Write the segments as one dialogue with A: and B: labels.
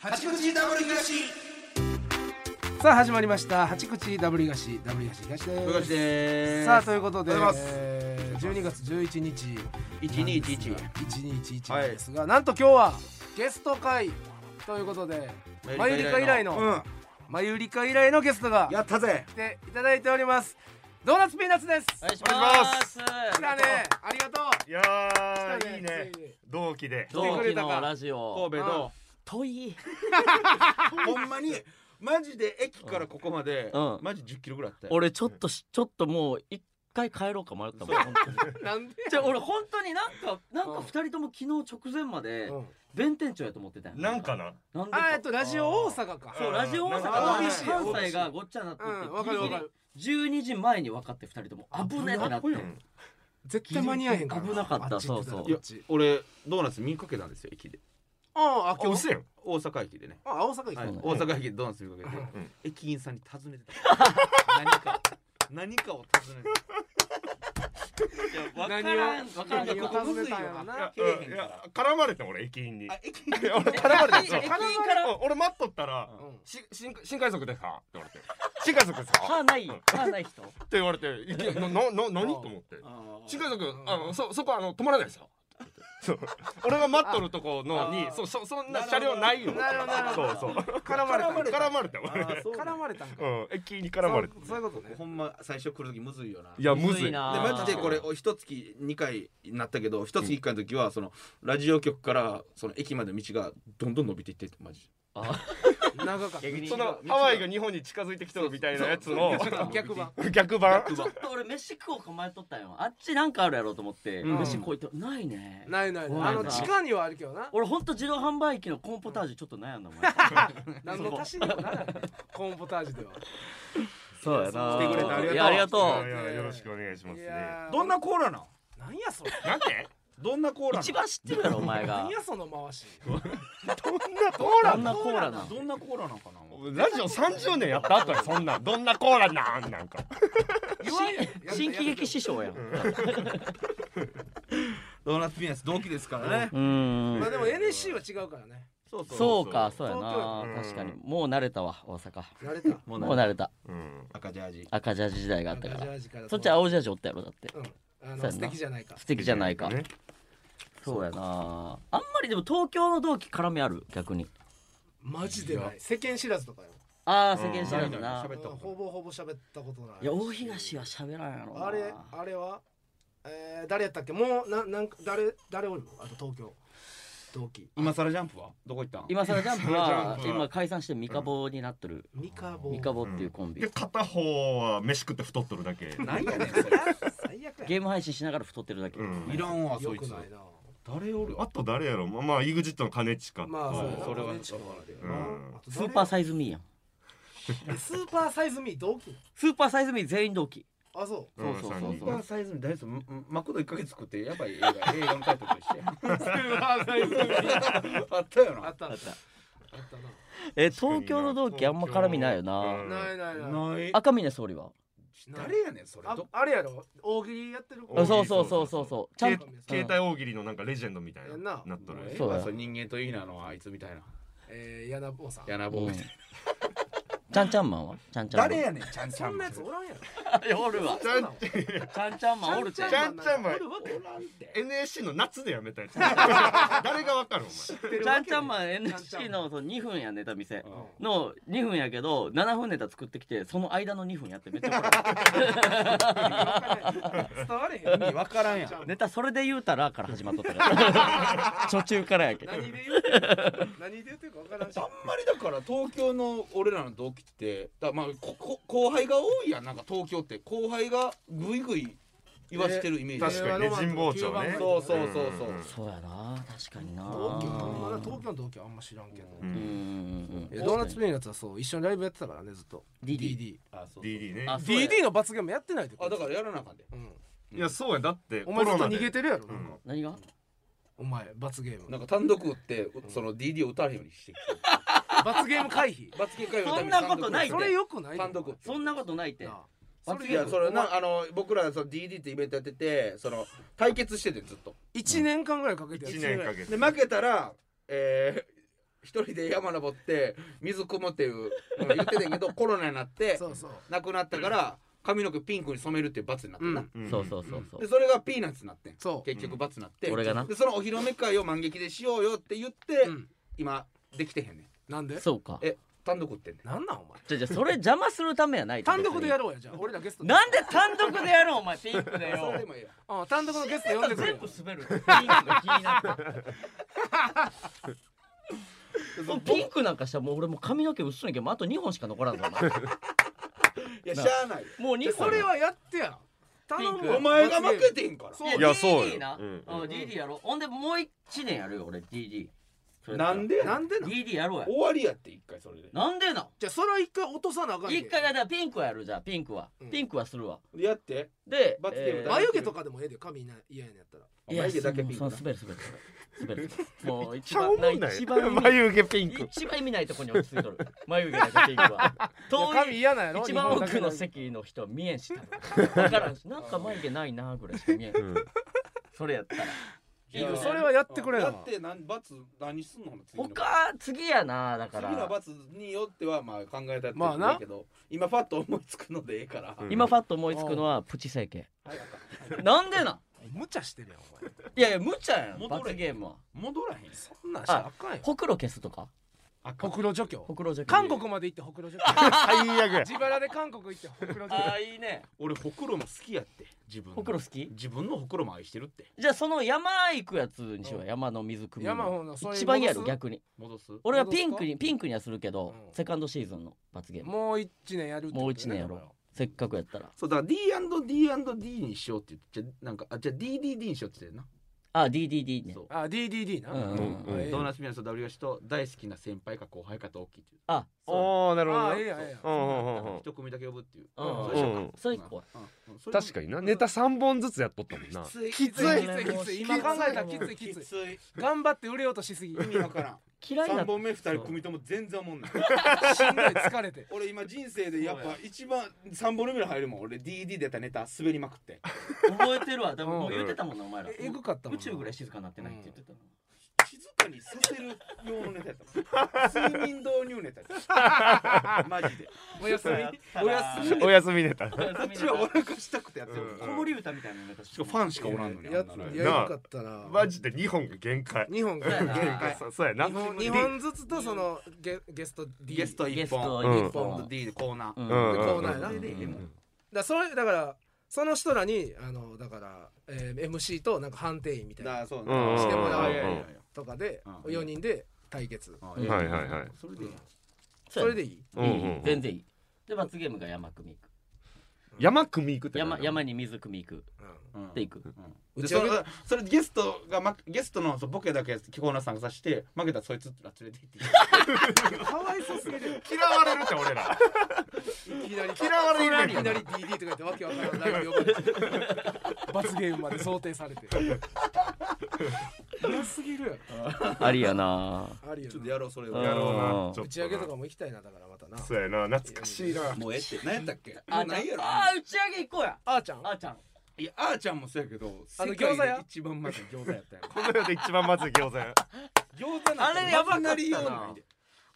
A: 八口ダブル東さあ始まりました八口ダブル東ダブル東東
B: 豊
A: で
B: 橋ですす
A: さあということで
B: おはようございます
A: えー12月11日
B: 1211
A: 1211なんですがなんと今日はゲスト会ということでマユリカ以来
B: う
A: の
B: ん
A: マユリカ以来のゲストが
B: やったぜ
A: 来ていただいておりますドーナツピーナッツです
C: お願いします。
A: 来たねありがとう
D: いや
A: 来た
D: ーいいね
A: ついに
D: 同期で
A: 来て
C: 同
A: くれ
C: 期
A: たか
C: のラジ
B: 神
C: オ。
B: 戸の
C: 遠い。
B: ほんまにマジで駅からここまで
C: うん
B: マジ10キロぐらいあって
C: 俺ちょっとしちょっともう一回帰ろうか迷ったもん。本当に
A: なんで
C: じゃあ俺本当になんかなん
A: うん
C: か二人とも昨日直前まで弁天町やと思ってたんや
D: なんか。な
C: なんで
A: あ
C: か
A: えっとラジオ大阪か
C: そうラジオ大
A: あー
C: 阪と関西がごっちゃになってて
A: うんわかるわかる
C: 12時前に分かって二人とも危ねえってなって
A: 絶対間に合えへんから
C: 危なかった
A: あち行て
C: そうそう
A: こ
B: いや
A: っち
B: 俺ドーナツ見かけたんですよ駅で
A: ああ
D: あ
A: 今日
D: 嘘やん
B: 大阪駅でね
A: あ大阪行
B: は
A: くの
B: い
C: ん
B: 大阪駅でドーナツ見かけて
D: ん
B: 駅員さんに尋ねてた 何か何かを尋ねてた
C: 分
A: 何を
C: からん分からん
A: 何を
C: ここむずいよ
A: 尋ねたんやろない
B: な
D: や
B: けえへん
D: うんい
B: か
D: や
B: ら
D: 絡まれてん俺駅員に
B: あ
D: 俺
B: 駅員に
D: 絡まれて
C: 駅
D: ん
C: 員から
D: 俺待っとったら
B: うん
D: 「し新新快速ですか?」って言われて「新快速ですか?」
C: 歯ない歯ない人
D: って言われていきなり「ななな何?」と思って「新快速あのそそこあの止まらないですよ」そう俺が待っとるとこのに
A: あ
D: そうそそんな車両ないよ
A: なるほどなるほど
D: そうそう
A: 絡まれたんか
D: 絡まれた
B: あー
D: 俺
B: そう
A: 絡まれたんか
D: うん駅員に絡まれて
A: そうそういうことね
B: ほんま最初来る時むずいよない
D: やむずい
C: な
B: でマジでこれ
C: あー
B: 一月2回になったけど一月1回の時はそのラジオ局からその駅までの道がどんどん伸びていってってマジ
C: あ
A: 長かった
B: 逆に
D: そのハワイが日本に近づいてきとるみたいなやつの
A: 逆版
D: 逆版
C: ちょっと俺飯食おうか迷っとったんよあっちなんかあるやろうと思って
A: うん
C: 飯こういってないね
A: ないないない
C: な
A: あ
C: いな
A: の地下にはあるけどな
C: 俺ほんと自動販売機のコーンポタージュちょっと悩んだもん
A: 何の足しにもならないコーンポタージュでは
C: そうや
A: 来てくれてありがとう
C: いやありがとう
D: いやいやよろしくお願いします
A: い
D: ね
A: やー
B: どんなコーラなん
A: なんやそれ
D: なんて
B: どんなコーラ
C: 一番知ってるやろお前 が
A: 何やその回し
C: どんなコーラな
B: なん
C: ん
B: どんなコーラなんかな
D: ラジオ30年やった後やそんなんどんなコーラなんなんか
A: 言わんやん
C: 新喜劇師匠やん
B: ドーナツピーナス同期ですからね
C: うー
A: まあ
C: ん
A: でも NSC は違うからね
B: そう
C: そうかそうや
A: 東
C: な
D: 京
C: 確かにもう慣れたわ大阪
A: 慣れた
B: もう
C: もう慣れた
D: うん
B: 赤ジャージ
C: 赤ジャージ時代があった
A: 赤
C: か
A: ジャ
C: ら
A: ージから
C: そっち青ジャージおったやろだって
A: うんあ
C: そう
A: の
C: やな
A: 素敵じゃないか
C: 素敵じゃないか
D: ね
C: そうやなあんまりでも東京の同期絡みある逆に
A: マジでない世間知らずとかよ
C: ああ
D: う
C: 世
D: ん
C: 間知らずな
B: 喋ったことない
A: ほぼほぼ喋ったことない
C: いや大東は喋らんやろな
A: あれあれは、えー、誰やったっけもうななんか誰誰おるのあと東京同期
B: 今更ジャンプはどこ行ったん
C: 今さらジャンプ
D: 今更
C: は
D: ジャンプは
C: 今解散してミカボになっとる
A: ミカボ
C: ミカボっていうコンビ
D: で片方は飯食って太っとるだけ
B: なんやねんそれ
A: 最悪や
C: ゲーム配信しながら太ってるだけ
D: うん
B: いらんわ
A: よ
B: そい
A: く
B: つ
A: ないな
B: 誰おる
D: あと誰やろまあまあ EXIT の兼近
A: まあそうやな
B: それは
A: 俺んちのあれやな
D: うん
A: あと
C: ス
A: 誰
C: ーパーサイズミーやん
A: えスーパーサイズミー同期
C: スーパーサイズミー全員同期
A: あそ
D: うん
C: そうそうそう
D: 三人
B: スーパーサイズに大丈夫マクド1ヶ月食ってやばい映画映画のタイトルとして
A: うスーパーサイズミー
B: あったよ
A: あった
B: な
A: あ
C: あ
A: っ
C: ったた
A: あったな
C: え東京の同期あんま絡みないよな
D: うん
A: ないないない
B: ない
C: 赤峰総理は
B: 誰やねんそれ
A: あ
B: ど
A: あれやろ大喜利やってる
C: あ
D: 大喜利
C: そうそうそうそうそうちゃん
D: け携帯大喜利のなんかレジェンドみたい
A: やんな
D: ななっと
B: もうえ
D: る
B: え
C: そうや
B: わそれ人間といいなのあいつみたいな
A: えー、柳坊さん
B: やな
C: う
B: ぼ
C: ん
B: み たい
C: ちゃんちゃんマンはちゃんち
B: な
C: ゃ
B: ん
C: マン
B: やねんちゃんち
A: そ
B: ゃん
A: んなやつおらんやろ
C: おるわ
A: そんなの
C: ちゃんちゃんマンおるちゃん
D: ちゃんちゃんマン
A: おるわけない
D: NSC の夏でやめた やつ誰がわかるお
A: 知ってる
C: ち
A: わ
C: ゃ
A: け
C: んちゃんマン
A: ない
C: NSC のその2分やネタ見せ
B: うん
C: の2分やけど7分ネタ作ってきてその間の2分やって めっちゃおもろい
A: 伝われへん
B: 意味わからんやん
C: ネタそれで言うたらから始まっとったから 途中からや け ど
A: 何で言うてんの何で言うてるか分からんし
B: あんまりだから東京の俺らの同期ってだまあここ後輩が多いやんなんか東京って後輩がグイグイ言わしてるイメージ、
D: 確かにね神保町ね
B: そうそうそうそう、
D: うん
C: そうやな確かにな
A: 東京まだ東京の同期はあんま知らんけど、
D: 前
C: うんうんうん
A: いやドーナツピーナッツはそう一緒にライブやってたからねずっと
C: DD
A: DD,
B: あそう
D: DD ね
C: あ
A: DD の罰ゲームやってないで
B: あだからやらなあかんで
A: うん、
D: いやそうやだって
A: お前ずっと逃げ
D: で
A: てるやろなんか、
D: うん
C: 何が
A: お前罰ゲー
B: な
A: ム
B: んか単独打ってその DD を打たれへんようにしてきてる
A: 罰ゲーム回避
B: 罰金会のために
C: そんなことない
A: そ
B: 単独
C: で
B: 打っ
A: れよくな
B: て
A: い
B: 単独打って
C: そんなことないって
A: なあ
C: 罰
A: そ
B: い
A: れよ
B: や
A: く
B: それなあの僕らその DD ってイベントやっててその対決しててずっと
A: 1年間ぐらいかけてや
D: 1
A: る
D: 年かけて
B: で負けたらえー一人で山登って水汲むっていうの言ってたんやけ どコロナになって
A: そうそう
B: 亡くなったから髪の毛ピンクに染めるっていう罰になったな、
A: うん
D: うん
C: そうそうそうそ
B: で
C: う
B: それがピーナッツになってん
A: そう
B: 結局罰になって、
C: うん俺がな
B: でそのお披露目会を満劇でしようよって言って、
A: うん
B: 今できてへんねん
A: なんで
C: そうか
B: え単独ってんねん
A: なんなんお前
C: じゃあじゃあそれ邪魔するためやない
A: 単独でや
C: る
A: ろうやじゃあ俺らゲストで
C: なんで単独でやるお前ピンクで
B: そ
C: よ
B: れでもええや
A: うん単独のゲスト呼んでくれ
C: 全
A: よ
C: 部滑るピンクが気になった
B: ん
C: もうピンクなんかしたらもう俺もう髪の毛薄いんやけどもうあと2本しか残らんぞお
B: い
C: 前
B: やしゃあないよ
C: もう2
A: で
C: 本
A: それはやってや頼むわ
B: お前が負けてんから
A: そう
D: いやそうよ
C: DD な、
D: う
C: うんん、DD やろほんでもう1年やるよ俺 DD それ
B: なんで
A: なんんでなん
C: DD やろうや
B: 終わりやって一回それで
C: なんでなん
A: じゃあそれは一回落とさなあかんねん
C: 一回だからピンクはやるじゃあピンクは、
A: うん
C: ピンクはするわ
B: やって
C: で
B: 罰ゲーム
C: えー
A: 眉毛とかでもええで髪いない嫌やねんやったら
C: いや
B: 眉毛だけ
C: もう
B: ピン
C: そ
B: ク
C: の
B: な
C: 滑る滑る滑る滑るもう一
D: 超お
C: 番
D: もんない
C: 一番意味
D: 眉毛ピンク
C: 一番意味ないとこに落ち着いとる眉毛だけピンクは遠い
A: 嫌なんや
C: 一番奥の
A: 日
C: 席の人は見えんし多分分からんしなんか眉毛ないなぐらいしか見えん
D: うん
C: それやったら
A: 本だけ
B: いや
A: それはやってくれ
B: や
A: な
B: ってなん罰何すんの次の
C: 他次やなだか
B: 次の
C: ら
B: 罰によってはまあ考えたって
A: まあな
B: もいいけど今ファッと思いつくのでええから
D: うん
C: 今ファッと思いつくのはプチ整形
B: 早く
C: なんでなん
A: 無茶してるやんお前
C: いやいや無茶やん
B: 戻れ
C: 罰ゲームは
B: 戻らへんよ
A: そんなんしたらあかんやん
C: ほくろ消すとか
B: あか
A: ほ
B: ん
A: くろ除去
C: ほくろじゃ
A: 韓 国まで行ってほくろ除去
D: 最 悪や
A: 自腹で韓国行ってほくろ除
C: あ
A: 去
C: あいいね
B: 俺ほくろも好きやって自分の
C: ほくろ好き
B: 自分のほくろも愛してるって
C: じゃあその山行くやつにしよ
A: う
C: う山の水汲みの
A: 山ほんのそういう
C: 一番嫌やろ
A: 戻す
C: 逆に
B: 戻す
C: 俺は
A: 戻す
C: ピ
A: か
C: ンクにピンクにはするけど
A: うん
C: セカンドシーズンの罰ゲーム
A: もう一年やるってことね
C: もう一年やろうせっかくやったら
B: そうだから D&D&D にしようって言ってじゃなんかあじゃあ DDD にしようって言ってんな
C: あ DDD ね
B: そう
A: あ DDD な
C: うんうん
D: うん
A: ええ
B: ドーナツピアノとダブリガシと大好きな先輩か後輩か同期っていう
C: あそう
D: おおなるほど
A: あ
D: な
A: ええやんええやん
D: うんうんうんうん
B: 一組だけ呼ぶっていう
C: うん
B: それしよか
D: うん
C: それ一個は
B: うんうんそれ
D: 確かになネタ3本ずつやっとったもんな
B: きつい
D: き
A: き
D: つい
A: ついきつい今考えたらきついき
B: き
A: つい
B: つい
A: 頑張って売れようとしす ぎしんど
B: 意
A: い
B: 味わからん
C: 嫌い
B: 三
C: な
B: 本目二人組とも全然おもんない
A: 疲れて
B: 俺今人生でやっぱ一番三本目に入るもん俺 DD 出たネタ滑りまくって
C: 覚えてるわで
A: うん
C: ももう言ってたもんなお前ら
A: ええぐかったもん
C: 宇
A: な
C: 宙ぐらい静かになってないって言ってたの
B: 静かにさせる用のネタやったもん睡眠導入ネタやった マジで
A: おやすみ
B: おやすみ
D: お休みネタ
B: こっちはお腹したくてやってる
D: うん
C: 子守歌みたいなのが
B: しかもファンしかおらんのに
A: や
B: あ
A: っ
B: ん
A: や
B: なの
A: よかったな
D: マジで2本が限界
A: 日本が
C: そうやな
A: 限
D: 限界
A: 界
D: そうそうやな
A: 日本日本ずつとそのゲゲスト D
B: ゲスト
C: ゲ
B: 一
C: スト
B: 本
D: うん
C: 一
B: 一本
C: 本
B: と D でコーナー
C: うん
D: うんうん
A: コーナーやな
B: それでええもん
A: だそれだからその人らにあのだから、えー、MC となんか判定員みたい
B: だか
A: な
B: らそう
D: うんうんうんうん
B: してもらおういやいやいや
A: とかで
B: うん
A: 4人で対決
B: いや
D: はいはいはい
B: それでいいやん
A: それでいい
D: うんうんうん
C: いい全然いいで罰ゲームが山組行く
D: 山組み行くって
C: 山山に
D: に
C: 水汲み行く
B: うん
C: で行く
B: うん
A: 打
B: で
A: ち
B: そ
A: 上げ
B: れそれでゲストがまゲストのそのボケだけコーナー参加させて負けたらそいつら連れて行っ
A: かわいそうすぎるよ
D: 嫌われるって俺ら
A: いきなり嫌われるいきなり DD とか言ってわけわからんライブ呼ばれて罰ゲームまで想定されて嫌すぎるや
C: ありやな
A: ろある
B: て
A: よ
B: ちょっ
A: な
B: とやろうそれ
D: や
B: は
D: ろうな
C: うん
D: ちょっとな
A: 打ち上げとかも行きたいなだからまたな
D: そうやな懐かしいな
B: もうええって何やったっけも
C: あ
B: うないやろ
C: あー打ち上げ行こうや
A: あーちゃん
C: あーちゃん
B: いやあーちゃんもそうやけど
A: あの
B: 世界で
A: 餃子屋
B: 一番まずい餃子やったや ろ
D: この世で一番まずい餃子や
B: 餃子なんて
C: あれやばかったな
B: なりようないで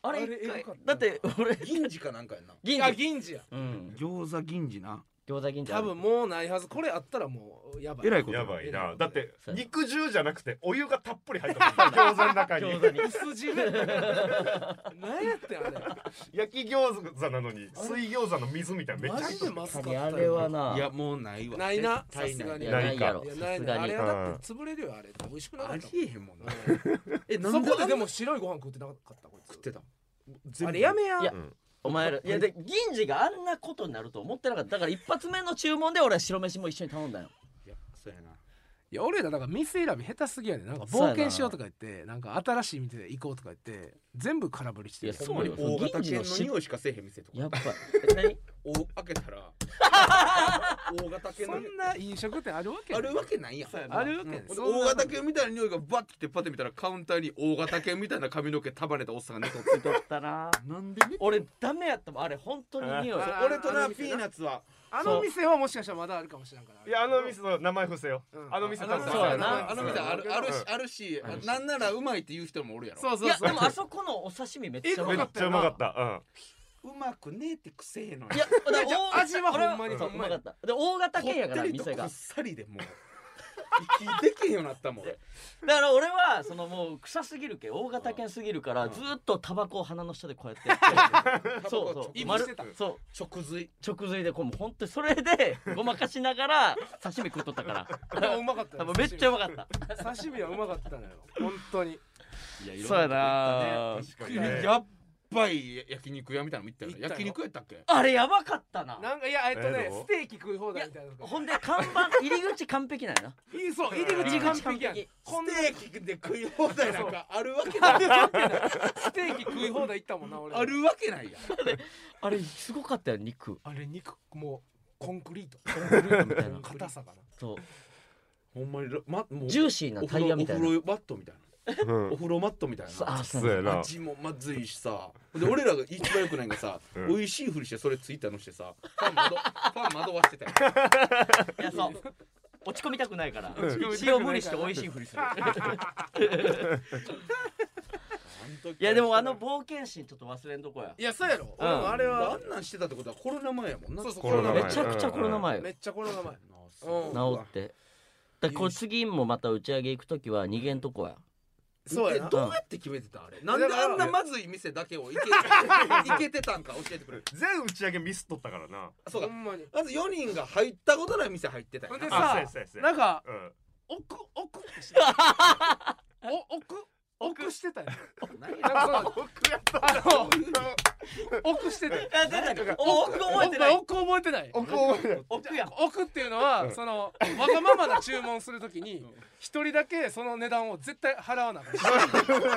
C: あれ
A: あれ
C: 一回
A: エグかった
C: だって俺
B: 銀次かなんかやな
C: 銀
A: あ
C: 次
A: 銀次や
C: うん
B: 餃子銀次な
C: 餃子銀次あ
A: 多
C: る
A: 分もうないはずこれあったらもうやばい
B: えらいこと
D: やばいなだって肉汁じゃなくてお湯がたっぷり入ってる餃子の中に
C: 餃子に
A: 薄汁やった何やってんあれ
D: 焼き餃子なのに水餃子の水みたいなめっちゃ
A: マジでまずかったよ
C: あれはない
B: やもうないわ
A: ないな
B: 絶対
A: さすがに
C: いや
D: ない
C: ないやろ
A: いや
C: さ
A: ない
C: す
A: ね
C: が
A: あ
C: に
A: れはだって潰れるよあれ美味しくなか
B: あ
A: ったもん
B: りえへんもんなえ
A: そこでで
B: も
A: も白いご飯食ってなかったこいつ
B: 食ってた
A: あれやめや
C: いや
D: うん
C: お前らいやで銀次があんなことになると思ってなかっただから一発目の注文で俺は白飯も一緒に頼んだよ
B: いやそうやない
A: や俺らなんか店選び下手すぎやでなんか冒険しようとか言ってなんか新しい店行こうとか言って全部空振りして
C: い
A: る
C: やそうよ
B: 大型
C: 銀次
B: 犬
C: の
B: の
C: し
B: 匂いしかせえへん店と
C: や
B: か
C: っぱえ 何
B: お開けたら大型犬
A: そ
B: の匂い
A: んな飲食店あるわけ
B: あるわけないやん
C: そうやな
A: あるわけ
B: うん大型犬みたいな匂いがバッてきてパッて見たらカウンターに大型犬みたいな髪の毛束ねたおっさんが寝とってた
C: だな
B: なんで
C: 俺ダメやったもんあれ本当に匂い
A: あー
B: 俺となピーナッツは
A: あの店はもしかしたらまだあるかもしれんから
D: いやあの店の名前伏せよう
A: うん
D: あの店多分
C: そうやな
B: あの店あるあるし
D: うん
B: あるし
D: あるし
B: なんならうまいって言う人もおるやろ
D: そう
C: い
D: そう
C: や
D: そう
C: でもあそこのお刺身めっちゃうま
D: めっ
C: かっ
D: ちゃうまかった
B: うまくねえってくせえの
C: たいやだから
A: じゃあ
C: 大
A: 味はほんまに
C: 俺そう
A: ほ
C: うん
A: ま
C: ま
A: に
C: かったで大型
B: こ
C: 系やか
B: っ
C: ら
B: てりと
C: 店
B: こ
C: が
B: っさりでもう息できへんようになったもん
C: だから俺はそのもう臭すぎるけ大型犬すぎるから
B: うん
C: ずーっとタバコを鼻の下でこうやってや ってるそうそう
B: 息
C: 丸
B: してた
C: そう
B: 直髄
C: 直髄でこうもう本当にそれでごまかしながら刺身食っとったから
A: でもうまかった
C: 多
A: よ
C: 分めっちゃうまかった
A: 刺身はうまかったのよ本当に
C: そうやな
D: うん
A: ね
B: やっばい焼肉屋みたいなの行ったよ
A: 行
B: ね
A: ったよ
B: 焼肉やったっけ
C: あれやばかったな
A: なんかいやえっと
D: え
A: ね
D: どう
A: ステーキ食い放題みたいなのとか
C: ほんで看板入り口完璧なんやな
A: いいそう入り口完璧やん
C: 入り
A: こんな
B: ステーキで食い放題なんかあるわけ
A: な
B: なん
A: で
B: い
A: そうやねんステーキ食い放題行ったもんな俺
B: あるわけないやん
C: あれすごかったよ肉
A: あれ肉もうコンクリート
C: みたいな
A: 硬さかな
C: そう
B: ほんまにろまもう
C: ジューシーなタイヤみたい
B: お
C: な
B: 風呂マットみたい
D: うんう
B: なお
D: ん
B: 風呂マットみたい
C: そう
B: な
C: あそう
D: そう
C: なん
D: やな
B: 味もまずいしさで俺らが一番よくないのがさ、
D: うん
B: 美味しいふりしてそれツイッターのしてさファン惑ファン惑わしてたよ
C: だいやそう落ち込みたくないから
D: 落ち込みたく
A: ない
C: 塩無理して美味しいふりする
B: あん時
C: いやでもあの冒険心ちょっと忘れんとこや
A: いやそうやろ
C: うん
A: 俺もあれ
B: あ
A: は
B: んなんしてたってことはコロナ前やもんな
A: そうそう
D: コロナ前
C: めちゃくちゃコロナ前よ
A: めっちゃコロナ前
B: そう
C: 治ってだからこれ次もまた打ち上げ行く時は逃げんとこや
A: そう
B: え
A: やな
B: どうやって決めてたあれなんであんなまずい店だけ をいけいけてたんか教えてくれる
D: 全打ち上げミスっとったからな
B: そう
A: ほ
B: か
A: んまに
B: まず4人が入ったことない店入ってたよ
A: ほんで
B: な
A: さ
D: あそうやそうやそうや
A: なんか
D: うん
A: 奥奥ってしてたお奥奥してたよ
B: 何
A: な
B: や
A: んかそうあの奥してたよ
C: あ出た奥覚えてない
A: 奥覚えてない
D: 奥を
C: 奥や
A: 奥っていうの
D: う
A: は
D: ん
A: そのわがままな注文するときに
B: ん
A: 一人だけその値段を絶対払わなあか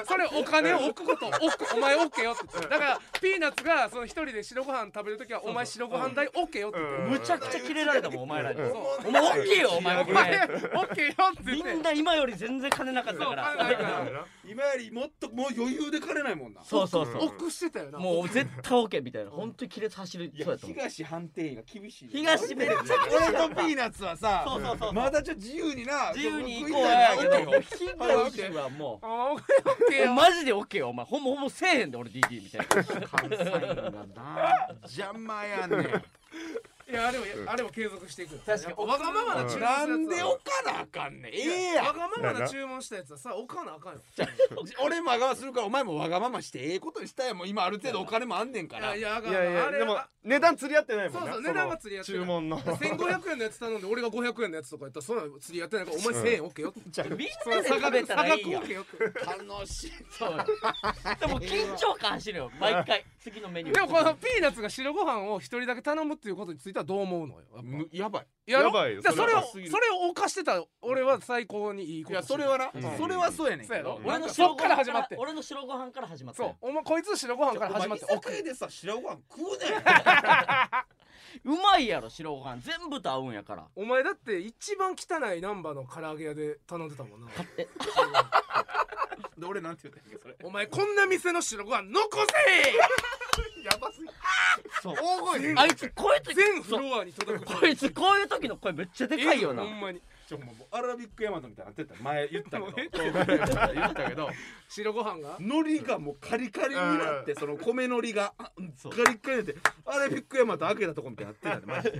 A: んそれお金を置くこと置くお前 OK よって言ってだからピーナッツがその一人で白ご飯食べるときはお前白ご飯代 OK よって言って
D: うん
C: むちゃくちゃキレられたもんお前らに
A: そう
C: お前大きいよお前お
A: お前
C: 前
A: OK よって言
C: み
A: って
C: んな今より全然金なかった
A: そう
C: か
A: お金ない
C: ら
A: から
B: 今よりもっともう余裕で借れないもんな
C: そうそうそう
A: 奥してたよな
C: もう絶対 OK みたいな本当に亀裂走る
B: い
C: そう
B: や
C: やと思う
B: 東判定員が厳しい
C: 東めっちゃ
B: 俺とピーナッツはさ
C: そうそうそう
B: まだちょっと自由にな
C: 自由に行こうやけど
B: 食い
C: 金田氏はもう
A: お前 OK よ
C: マジで OK よお前ほぼほぼせえへんで俺 DD みたいな
B: たいな関西人がな邪魔やねん
A: いやあれもあれも継続していくよ
C: 確かに
A: やっぱわがままな注文するやつは
B: なんで置かなあかんねんええや
A: わ
B: ん
A: がままな注文したやつはさ置かなあかんよ
B: 俺もわがままするからお前もわがまましてええことにしたいもん今ある程度お金もあんねんか
A: い
B: ら
A: やいやあかん
D: いやい
A: あ
D: や
A: れ
D: でも値段釣り合ってないもんな
A: そうそう
D: の
A: 値段が釣り合ってない
D: 注文の
A: 1500円のやつ頼んで俺が500円のやつとかやったらそんなの釣りやってないからお前1000円 OK よって
C: みんなで食べたらいいやん
A: 差額 OK よって
B: 楽しい
C: そうよでも緊張感走るよ毎回次のメニュー
A: でもこのピーナッツが白ご飯を一人だけ頼むっていうことについてはどう思うのよやっぱ
B: むやばい
A: やろ
D: やばいよ
A: じゃあそ
D: そ
A: れを
D: れは
A: それを犯してた俺は最高にいいこ
B: い
A: と
B: や
A: して
B: そ
A: る
B: れはな、
D: うん
B: それはそうやねんけど
A: そうやろ
B: な
C: 俺
B: ん
C: の
B: か
A: そっ
C: 白ご飯
A: から始まって
C: 俺の白ご飯から始まって
A: そうお前こいつ白ご飯から始まって
B: お前
A: 奥
B: 居酒屋でさ白ご飯食うねん
C: うまいやろ白ご飯全部と合うんやから
A: お前だって一番汚い難波の唐揚げ屋で頼んでたもんな
C: え
B: で俺なんて言ったんやっけそれ
A: お前こんな店の白ご飯残
D: やばすぎ
C: そう
D: 大 声
C: あいつこういう
A: せ
C: 時
A: 全フ
C: そう
A: ロアに届く
C: こいつこういう時の声めっちゃでかいよな
A: ほんまに
B: ちょもうもうアラビックヤマトみたいになってた前言 ったけど
A: もうえ
B: 言ったけど
A: 白ご飯が
B: 海苔がもうカリカリになってその米海苔があ
C: そう
B: ガリッガリになってアラビックヤマト開けたとこみたいになってたでマジで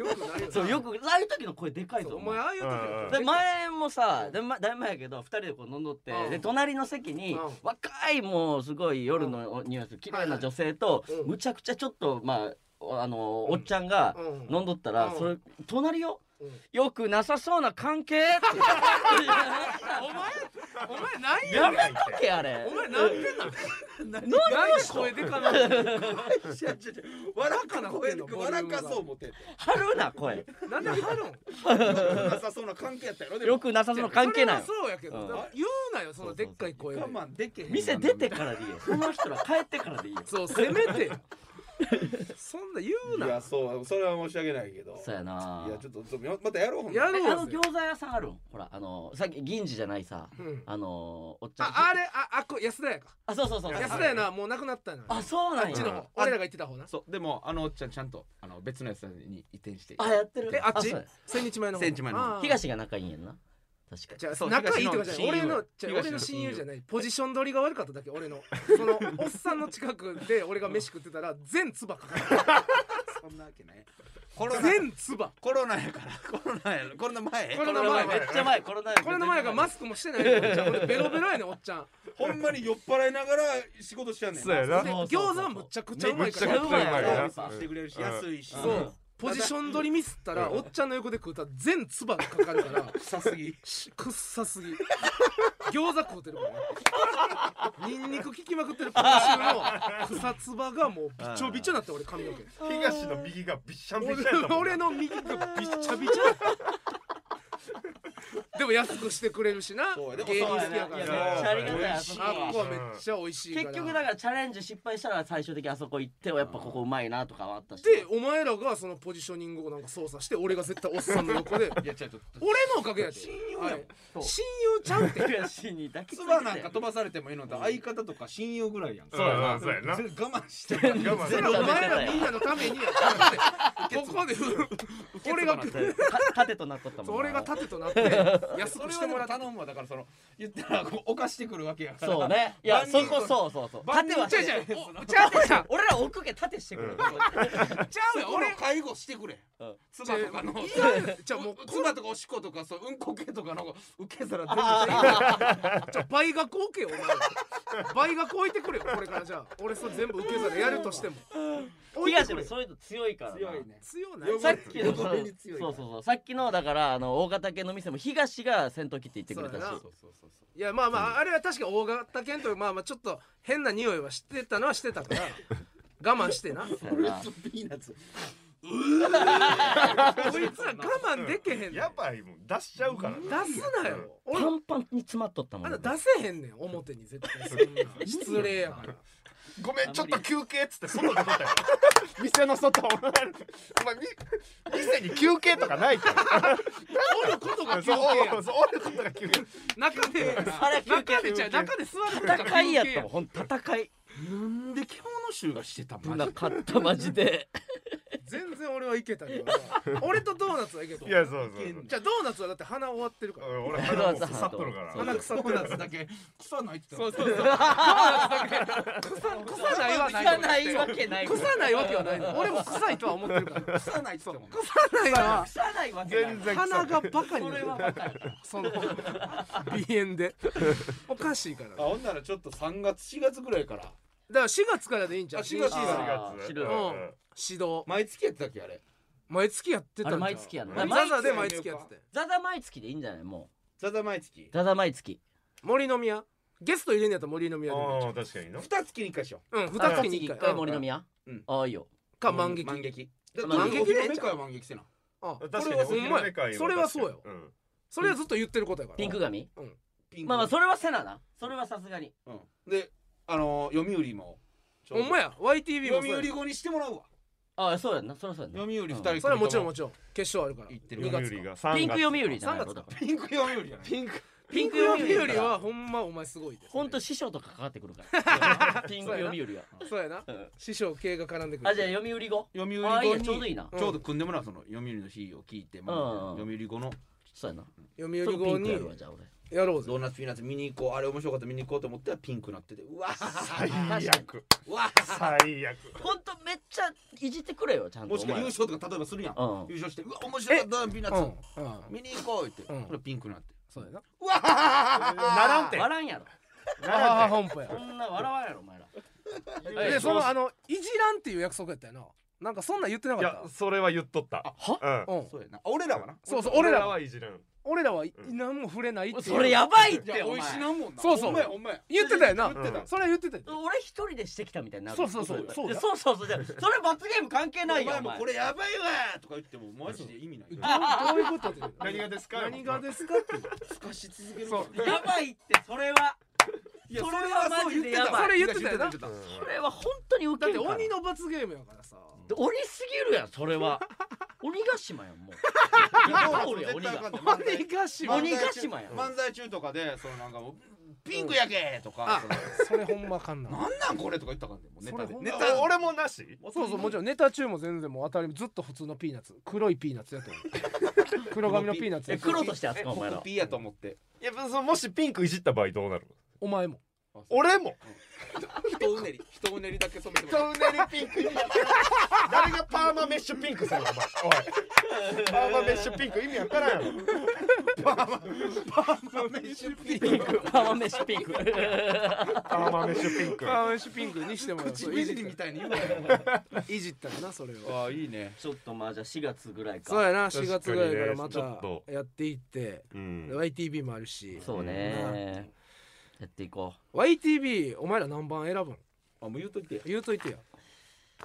A: よくないよな
C: そうよくああいう時の声でかい
A: そ
C: ぞ
A: う
C: お
A: お前
C: 前
A: ああいう時
D: うんうん
C: で前もさでまだいぶ前やけど2人でこう飲んどって
A: うん
C: で隣の席に
A: うん
C: 若いもうすごい夜の匂いする綺麗な女性と
A: はいはいうん
C: むちゃくちゃちょっとまあおあのおっちゃんが
A: うん
C: 飲んどったら
A: うん
C: それ隣よ
A: うん
C: よくなさそうな関係って
A: お前お前何や
C: やめ
A: ねん
C: と けあれ
A: お前何てんなん何
B: 何
A: で声でかな
B: じゃじゃじゃ笑かな声で笑かそう思って
C: 張るな声
A: なんでハロン
B: なさそうな関係やったやろでも
C: よく なさそうな関係ない
A: それはそうやけど、
C: うん
A: だから言うなよそのでっかい声で
B: 我慢できへん
C: 店出てからでいいよその人ら帰ってからでいいよ
A: そうせめてそんな言う
B: い
A: な
B: やそうそれは申し訳ないけど
C: そうやない
B: やちょっとちょっとまたやろうほんな
A: や
B: ら
A: ろう
C: え
A: ぜ
C: あの餃子屋さんあるんほらあのさっき銀次じゃないさ
A: うん
C: あのおっちゃん
A: ああれああっこ安田やか
C: あそうそうそう
A: 安田やなもうなくなったよな
C: あそうなん
A: あっ
C: や
A: ちの方俺らが言ってた方な
E: そうでもあのおっちゃんちゃんとあの別のやつに移転して
C: あやってる
A: えあっち
C: そうや
A: 千日前の方
E: 千日前の方
A: あー
C: 東が仲いいんやんな確か
A: じゃあ
E: そう
A: 仲いいとかじゃない
E: 東の親
A: 俺
E: 友
A: のじゃ
E: 東
A: あ
E: の
A: 俺の親
E: 親
A: 友
E: 友
A: じゃないポジション取りが悪かっただけ俺のそのおっさんの近くで俺が飯食ってたら全唾ばかかる
E: そんなわけないコロナ
A: 全唾
E: コロナやからコロナやろコロナ前
A: コロナ前
C: めっちゃ前コロナ
A: これの前がマスクもしてないよおっちゃんほんでベロベロやねんおっちゃん
B: ほんまに酔っ払いながら仕事しちゃうねん
D: そうやな
A: で
C: そう
A: 餃
C: そうそう
A: 子はむちゃくちゃうまいから
C: めっちゃうまい
B: サービスも
D: や
B: してくれるし
D: うん
B: 安いし
C: うん
A: そうポジション取りミスったらおっちゃんの横で食うたら全唾がかかるから
B: 臭すぎ
A: しくっさすぎ餃子食うてるからねニンニク効きまくってる今週の草つばがもうびちょびちょなって俺髪の毛
D: 東の右がびっしゃんびしゃやった
A: 俺
D: もん
A: 俺
D: な
A: の右がびっちゃびちゃでも安くしてくれるしな
B: そうやでも
A: 芸人
B: そう
A: 好
B: や
A: き
B: な
A: やか
C: いや
A: ら
C: めっ
A: ね
C: ちゃありがたいあそこ
A: あっこは
C: は
A: めっちゃ美味しいから
C: 結局だからチャレンジ失敗したら最終的にあそこ行ってやっぱここうまいなとかはあったし
A: でお前らがそのポジショニングをなんか操作して俺が絶対おっさんの横で
B: いや違うちょっと
A: 俺のおかげやで親友
B: やもん
A: 親友ちゃうって
C: 悔しいに抱きついて
B: 妻なんか飛ばされてもいいのって相方とか親友ぐらいやんか
D: そうやなそうやな
B: それ我慢して
D: 我慢
A: そ
D: し
A: れ
D: て
A: お前らみんなのためにやだってここで俺が
C: か 盾となっとったもんな
A: 俺が盾となって安
B: そ
A: く
B: れ
A: し
B: は
A: て
B: で
A: もら
B: も
A: った
B: 頼むわだからその言ったらこう犯してくるわけやから
C: そうねいや
B: 万
C: そ
B: 人
C: こそうそうそう
B: 万人
C: 盾は
A: ちゃうちゃうおちゃうちゃう
C: 俺ら奥け盾してくる、
D: うん
A: ちゃうよ
B: そこの
A: 俺
B: 介護してくれ
C: うん
B: 妻とかの
A: いやじゃあもうこ
B: 妻とかおしっことかそううんこ系とかの受け皿全
A: じゃあ倍額置けよお前倍額置いてくれよこれからじゃあ俺それ全部受け皿やるとしても置いて
C: 東
A: く
C: も
A: れよ
C: そういうの強いから
B: 部
C: な
B: 強いね
A: 強ない
C: さっきの
B: 横
C: さ
B: 目に強いか
C: そ
B: ら
C: うそうそうさっきのだからあの大型犬の店も東が先頭切って行ってくれた
A: そ
C: し
A: うやな
B: そうそうそうそう
A: いやまあまああれは確か大型犬とまあまあちょっと変な匂いはしてたのはしてたから我慢してなこ
C: そうやな
B: ピーナッツ
A: いつら我慢できへんねん
D: やばいもん出しちゃうからな
A: 出すなよ
C: パ
A: 俺
C: ンパンに詰まっとったも
A: あ
C: ん
A: んな
C: ね
A: 出せへんねん表に絶対そんな失礼やから
D: ごめんちょっと休憩っつって外出てたよ店の外お前み店に休憩とかないから
A: おることが休
D: そう
A: 憩や
D: そう俺のことが休憩
A: 中で
C: あれは休
A: 中で
C: 憩
A: じゃう中で座ることが休憩
C: 戦いやったもんほんと戦い
B: なんで獣臭がしてた
C: 危
B: マ
C: な
B: ジ
C: かったマジで
A: 全然俺はいけたけどな俺とドーナツはいけた
D: いやそうそう
A: じゃあドーナツはだって鼻終わってるから
D: 俺鼻もう刺さっとるか
C: そう
D: ら
B: 鼻腐ってるやつだけ草ないって
A: そう
B: 言
A: そうそうドーナツだけ臭ないはない
C: 汚ないわけない
A: 臭ないわけはないの俺も臭いとは思ってるから
B: 草ないって言ってたもん
A: 臭ないな
C: 汚ないわけない
D: 全然
A: 鼻がバカに
C: そ
A: な
C: れ
A: る
C: はバカやな
A: その鼻炎でおかしいからだ
B: あ
A: か
B: ほんならちょっと3月4月ぐらいから
A: ら4月からでいいんじゃん
B: あ4
A: 新
B: 月
A: シーズン
C: あ
D: 4月
C: 知る
D: うん
A: うん指導
B: 毎月やってたっけあれ
A: 毎月やってたんじ
C: あれ
A: ゃん
C: 毎月やんな
A: ザ
C: 毎
A: ザで毎月やってて
C: ザザ毎月でいいんじゃないも
B: ザザ毎月
C: うザザ毎月
A: 森の宮ゲスト入れんやったら森の宮でもいい
D: ああ確かにな
B: 2月に1回しよ
A: うん二月に
C: 一
A: 1
C: 回
A: 回
C: 森の宮
B: うん
C: ああいいよ
B: う
A: か満劇
B: 満劇
C: 満劇
B: お
A: でええ
B: 披
A: んちゃう
B: 露目会は満劇せな
A: あ
D: 確かにお披露目会は
A: それはそうよ
D: 確かにん
A: それはずっと言ってることやから
C: ピンク髪
B: ピンク
C: まあまあそれはせななそれはさすがに
B: うんであのー読売もちょう
A: ほ
B: ど
A: んまや YTV もそう
B: 読
A: や
B: 売後にしてもらうわ
C: ああそうやんなそれはそうやん
B: 読
C: な
B: 売2人組
A: それはもちろん
B: と
A: もちろん決勝あるから
B: 行って
A: 二
B: る
A: 月
D: 読売が3月
C: ピンク読売じゃないや
A: 三月
C: ろだから
B: ピンク読売じゃない
A: ピンクピ
C: ピ
A: ン
C: ン
A: ク
C: ク
A: 読
C: 読
A: 売
C: 売
A: よりはほんまお前すごいです
C: ほんと師匠とかかかってくるからピンク読売は
A: そうやな
C: うん
A: 師匠系が絡んでくる
C: あじゃあ読売後
B: 読売
C: ああいい
B: 後
C: や
B: に
C: ちょうどいいな
A: うん
B: ちょうど組んでもらうその読売の日を聞いて
C: うん
B: 読売後の
C: そうやな
A: 読
C: そ
A: 売
C: れピ
A: 号
C: ンク
A: に
C: やるわじゃあ俺
A: やろうぜ
B: ドーナツピーナッツ見に行こうあれ面白かった見に行こうと思ったらピンクなっててうわ
D: 最悪
B: うわ
D: 最悪
C: ほんとめっちゃいじってくれよちゃんと
B: もし
C: お
B: くは
C: 前
B: 優勝とか例えばするやん
C: うん
B: 優勝してうわ面白かったなピーナ
A: う
B: ッ
A: ん
B: ツ
A: うん
B: 見に行こうって
A: うん
B: ほらピンクなって
A: そうやな
B: うわ
D: ならんて
C: 笑んやろ
A: ああ本舗や
C: こんな笑わんやろお前ら
A: で
C: ええ
A: そのあのいじらんっていう約束やったよななんかそんなん言ってないか
D: や
A: っ
D: それは言っとった
B: あは
D: うん
A: たうん
B: そうやな俺らはな
A: そうそう俺らは
D: はいじらん
A: 俺らは
D: ん
A: 何も触れないっていう
C: それやばいっ
B: いや
C: てお
B: 美味し
C: 前
B: なんもんな
A: そうそう
B: お前お前
A: 言ってたよな
D: 言ってた
A: うんそれは言ってたよ
C: 俺一人でしてきたみたいになる
A: そうそうそう
C: で
A: そうだ
C: そうそうそうじゃあそれ罰ゲーム関係ない
B: お
C: よ
B: 前
C: お
B: も
C: 前
B: これやばいわとか言ってもマジで意味ないよ
A: どういうことって
D: 何がですか
A: 何がですかって
B: 透かし続ける
A: そう
C: やばいってそれは
B: いや
C: それはマジでやばい
A: それ言ってたよな
B: 言ってた言って
C: これは本当に受
A: だっ
C: け
A: て
C: るから
A: 鬼の罰ゲームやからさ
C: 鬼すぎるやんそれ は鬼ヶ島やんもう
B: た
C: 鬼が鬼
B: 絶対あか
C: が
B: んで
A: 鬼ヶ島
C: 鬼ヶ島やん
B: 漫才中とかでそのなんかピンクやけとか、
A: それほんまあかんな
B: そのなんなんこれとか言ったらあかんでもう
A: そ
B: ネタで
A: れほん
B: ネ
A: ま
B: タ
D: 俺もなし
A: そうそうもちろんネタ中も全然もう当たり前ずっと普通のピーナッツ黒いピーナッツやと思 う黒髪のピーナッツや
C: え
A: と思う
C: 黒として扱うお前ら
B: コピーやと思って
D: いやそのもしピンクいじった場合どうなる
A: お前も
D: 俺も
B: 人うねり人うねりだけ染めてもらう
D: 人うねりピンクにやったら誰がパーマメッシュピンクするのお前おいパーマメッシュピンク意味わからんやろ
C: 浜飯ピンク
D: パーマメッシュピンク
A: カーメンシュピンクにしても らうそういじっ
B: 唇みたいに言うなよ
A: たいじったらなそれを
B: ああいいね
C: ちょっとまあじゃあ4月ぐらいか
A: そうやな4
D: 確かにね
A: 月ぐらいからま
D: ちょったと
A: やっていって
D: うん
A: YTV もあるし
C: そうねやっていこ
A: YTV お前ら何番選ぶん
B: あもう言うといて
A: 言うといてや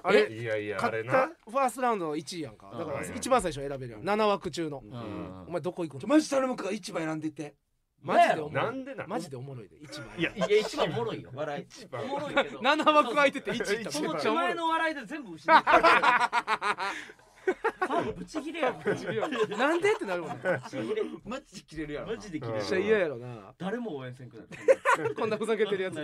A: あれ
D: いやいやあ
A: 勝
D: れ
A: っ
D: な
A: たファーストラウンドの1位やんかだか
D: う
A: ら
D: ん
A: 一番最初選べるやん7枠中の
C: う、うん
A: お前どこ行く
B: ちょ
A: の
B: マジ頼むから一番選んでいって
A: マジでおもろ
D: ないんでな
A: マジでおもろいで一番
D: いや
C: いや一番おもろいよ笑い
D: 一番
C: おもろいけど
A: 7枠空いてて1位
C: その
A: めっち
C: 手
A: ゃおもろ
C: 前
A: い
C: の笑いで全部失ったファンブチギレやんブチ
A: なんでってなるもんねめっ
C: ギレ
B: マジで切れるやろ
C: マ
B: な
C: ジでギレる
A: ちゃ嫌やろな
C: 誰も応援せんくなる
A: こんなふざけてるやつ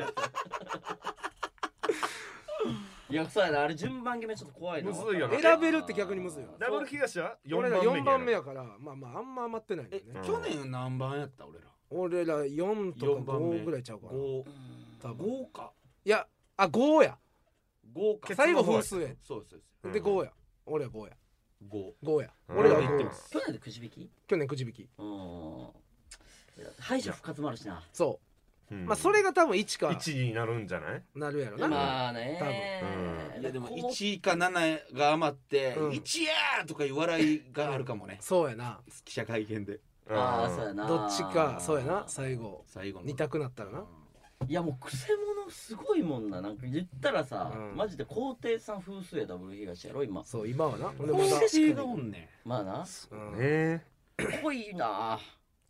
C: いやそうやなあれ順番決めちょっと怖いな
D: むずいよな
A: 選べるって逆にむずいよ
D: ダブル東は
A: 俺ら
D: 4番目
A: 4
D: に
A: 番目
D: や
A: やからまあまああんま余ってないよ
B: え
A: ね
B: 去年何番やった俺ら
A: 俺ら4と
B: 四
A: か
B: 番目
A: 5ぐらいちゃうから
B: 五
A: 多分
B: 五か
A: いやあ5や
B: 五か
A: 最後分数や
B: そうですそうです
D: うん
A: で5や俺ら5や
B: 五
A: 5や
D: うん
A: 俺ら
D: 俺
A: 5
D: ら行って
A: や
D: ます
C: 去年でくじ引き
A: 去年くじ引き
C: うん敗者復活もあるしな
A: そううんまあそれが多分1か
D: 1位になるんじゃない
A: なるやろな
C: まあね
D: 多
B: いやでも
C: 一
B: 1位か7が余って
A: う
B: 「
A: ん
B: 1や!」とかいう笑いがあるかもね
A: そうやな
B: 記者会見で
C: ああ
D: ん
C: そうやな
A: どっちかそうやな最後
B: 最後の
A: 2択なったらない
C: やもうクセ者すごいもんななんか言ったらさ、
A: うん
C: マジで皇帝さん風水やダブル東やろ今
A: そう今はなほんで
B: こ
A: ま
B: う
A: だ
B: いう系がおんね
C: まあな
A: うん
D: ね
C: 濃いな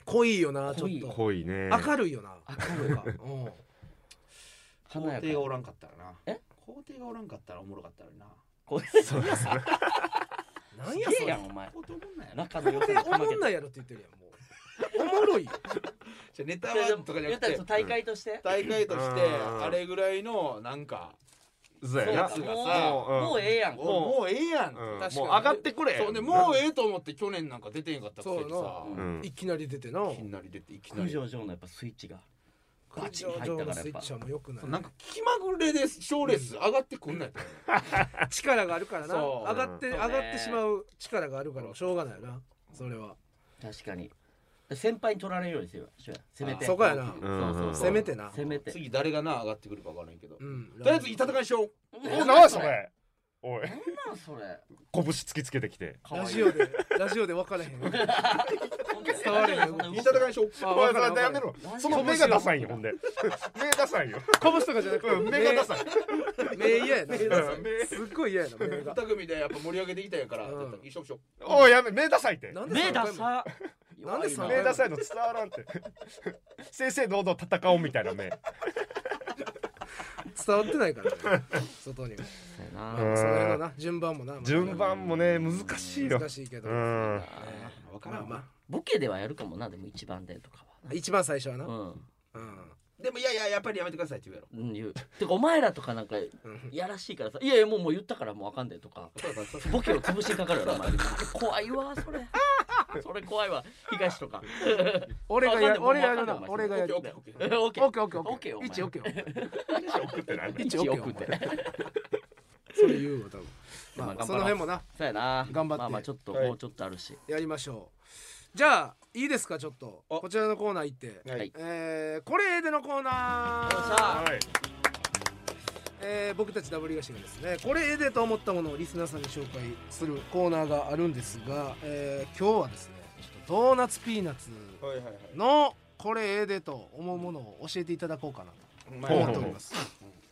A: 濃いよなちょっ
D: え
A: と
D: 濃いね
A: 明るいよな
C: 明るい
A: うん
B: ん
C: 華
B: 皇
C: やか
B: 帝がおらんかったらな
C: え
B: 皇帝がおらんかったらおもろかったらな
C: 皇帝さん
A: なんや
C: すげ
A: そ
C: え
A: れ
C: やんお前
B: 皇帝おもんないやな
C: 中の良さ
A: で
C: が
A: おもんないいやろって言ってるやんもうおもろいよ
B: じゃあネタはとかじゃ
C: 言
B: な
C: っ
B: く
C: たら
B: て
C: その大会として、
B: 大会として
D: うん
B: あれぐらいのなんか
D: そ
C: そ
D: う
C: う
D: や
C: か
D: な
B: そう
C: もう
D: うん
C: もうええやん
B: おもうええやん
D: うん
A: 確かに
D: もう上がってくれ
B: そうねもうええと思って去年なんか出てへんかったくせにさ
C: そうや
D: う
C: なん
A: いきなり出てな
B: きなり出ていきな
C: 九
B: り
C: 条城のやっぱスイッチが
A: 空
C: ガチに入
A: 上
C: った
A: 上の
C: からや
A: ス
C: っ
A: イッ
C: ぱ
A: チはもう良くない
B: なんか気まぐれで賞レース上がってくんないと
A: 力があるからな
B: そう
A: 上がって
C: うん
A: 上がってしまう力があるからしょうがないよなそれは
C: 確かに先輩に取られるようにせよせめて
B: あ
A: そこやな
C: そうそうそう
A: せめてな
C: せめて
B: 次誰がな上がってくるか分からんけどと
A: うん
B: りあえずいい戦いしよう
D: おなんやそれおい
C: なんなんそれ
D: 拳突きつけてきて
A: ラジオでラジオで分からへん伝われへん
C: そんない
B: い戦いしよう
A: あ
D: お
A: 分
D: 前
A: から
D: それ
A: ん分から
D: 悩
A: ん
D: んでるわ
C: ん
D: その目がダサいよほんで 目ダサいよ
A: こぼしとかじゃなく
D: うん
A: て
D: 目がダサい
A: 目嫌やな
D: うん 目
A: すっごい嫌やな 目が
B: 二組でやっぱ盛り上げていきたいから
A: うん
B: 絶対一緒にしよう
D: おいやめ目ダサいって
A: なんで
C: 目ダ
A: そんな
C: サ
A: なんでそんな
D: 目ダサいの伝わらんって 正々堂々戦おうみたいな目
A: 伝わってないからね 外には
D: うん
A: それのな順番もなまた
D: 順番もね難しいよ
A: 難しいけど
D: う
A: ま
D: ん
B: 分から
A: あ
B: んわ
A: ま
C: ボケではやるかもなでも一番でとか
A: あ一番最初はな
C: は
A: うん
B: でもいやいややっぱりやめてくださいって言うやろ
C: うん、うん、言うてかお前らとかなんか
A: うん
C: いやらしいからさ「いやいやもうもう言ったからもうあかんで」とか
B: そうそうそう
C: ボケを潰しにかかるよなお前怖いわそれそれ怖いわ東とか
A: 俺がや
C: あ
A: 俺やる
C: わ
A: な
C: かんない
A: 俺がやる
B: オッケーオッケーオッケー
C: オッケ
A: オッ
C: ー
A: ケーオッケー
C: オッケー
A: オッケー1オッケーオッケー
D: 送ってない
A: 一
C: 一
A: オッケー
C: 億って
A: それ言うわ多分
C: まあ
A: ま
C: 頑張ろ
A: あ
C: う
A: その辺もな
C: そうやな
A: 頑張って
C: まあまあちょっと
D: はい
C: もうちょっとあるし
A: やりましょうじゃあいいですかちょっと
B: あ
A: こちらのコーナー行って
D: はい
A: えーこれでのコーナ
C: よっし
A: ー
C: ゃ
D: はい
A: えー僕たちダブル東がですねこれええでと思ったものをリスナーさんに紹介するコーナーがあるんですが、えー今日はですねちょっとドーナツピーナッツ
B: はいはいはい
A: のこれええでと思うものを教えていただこうかなと
B: お
D: ほう
B: 前
A: 思っております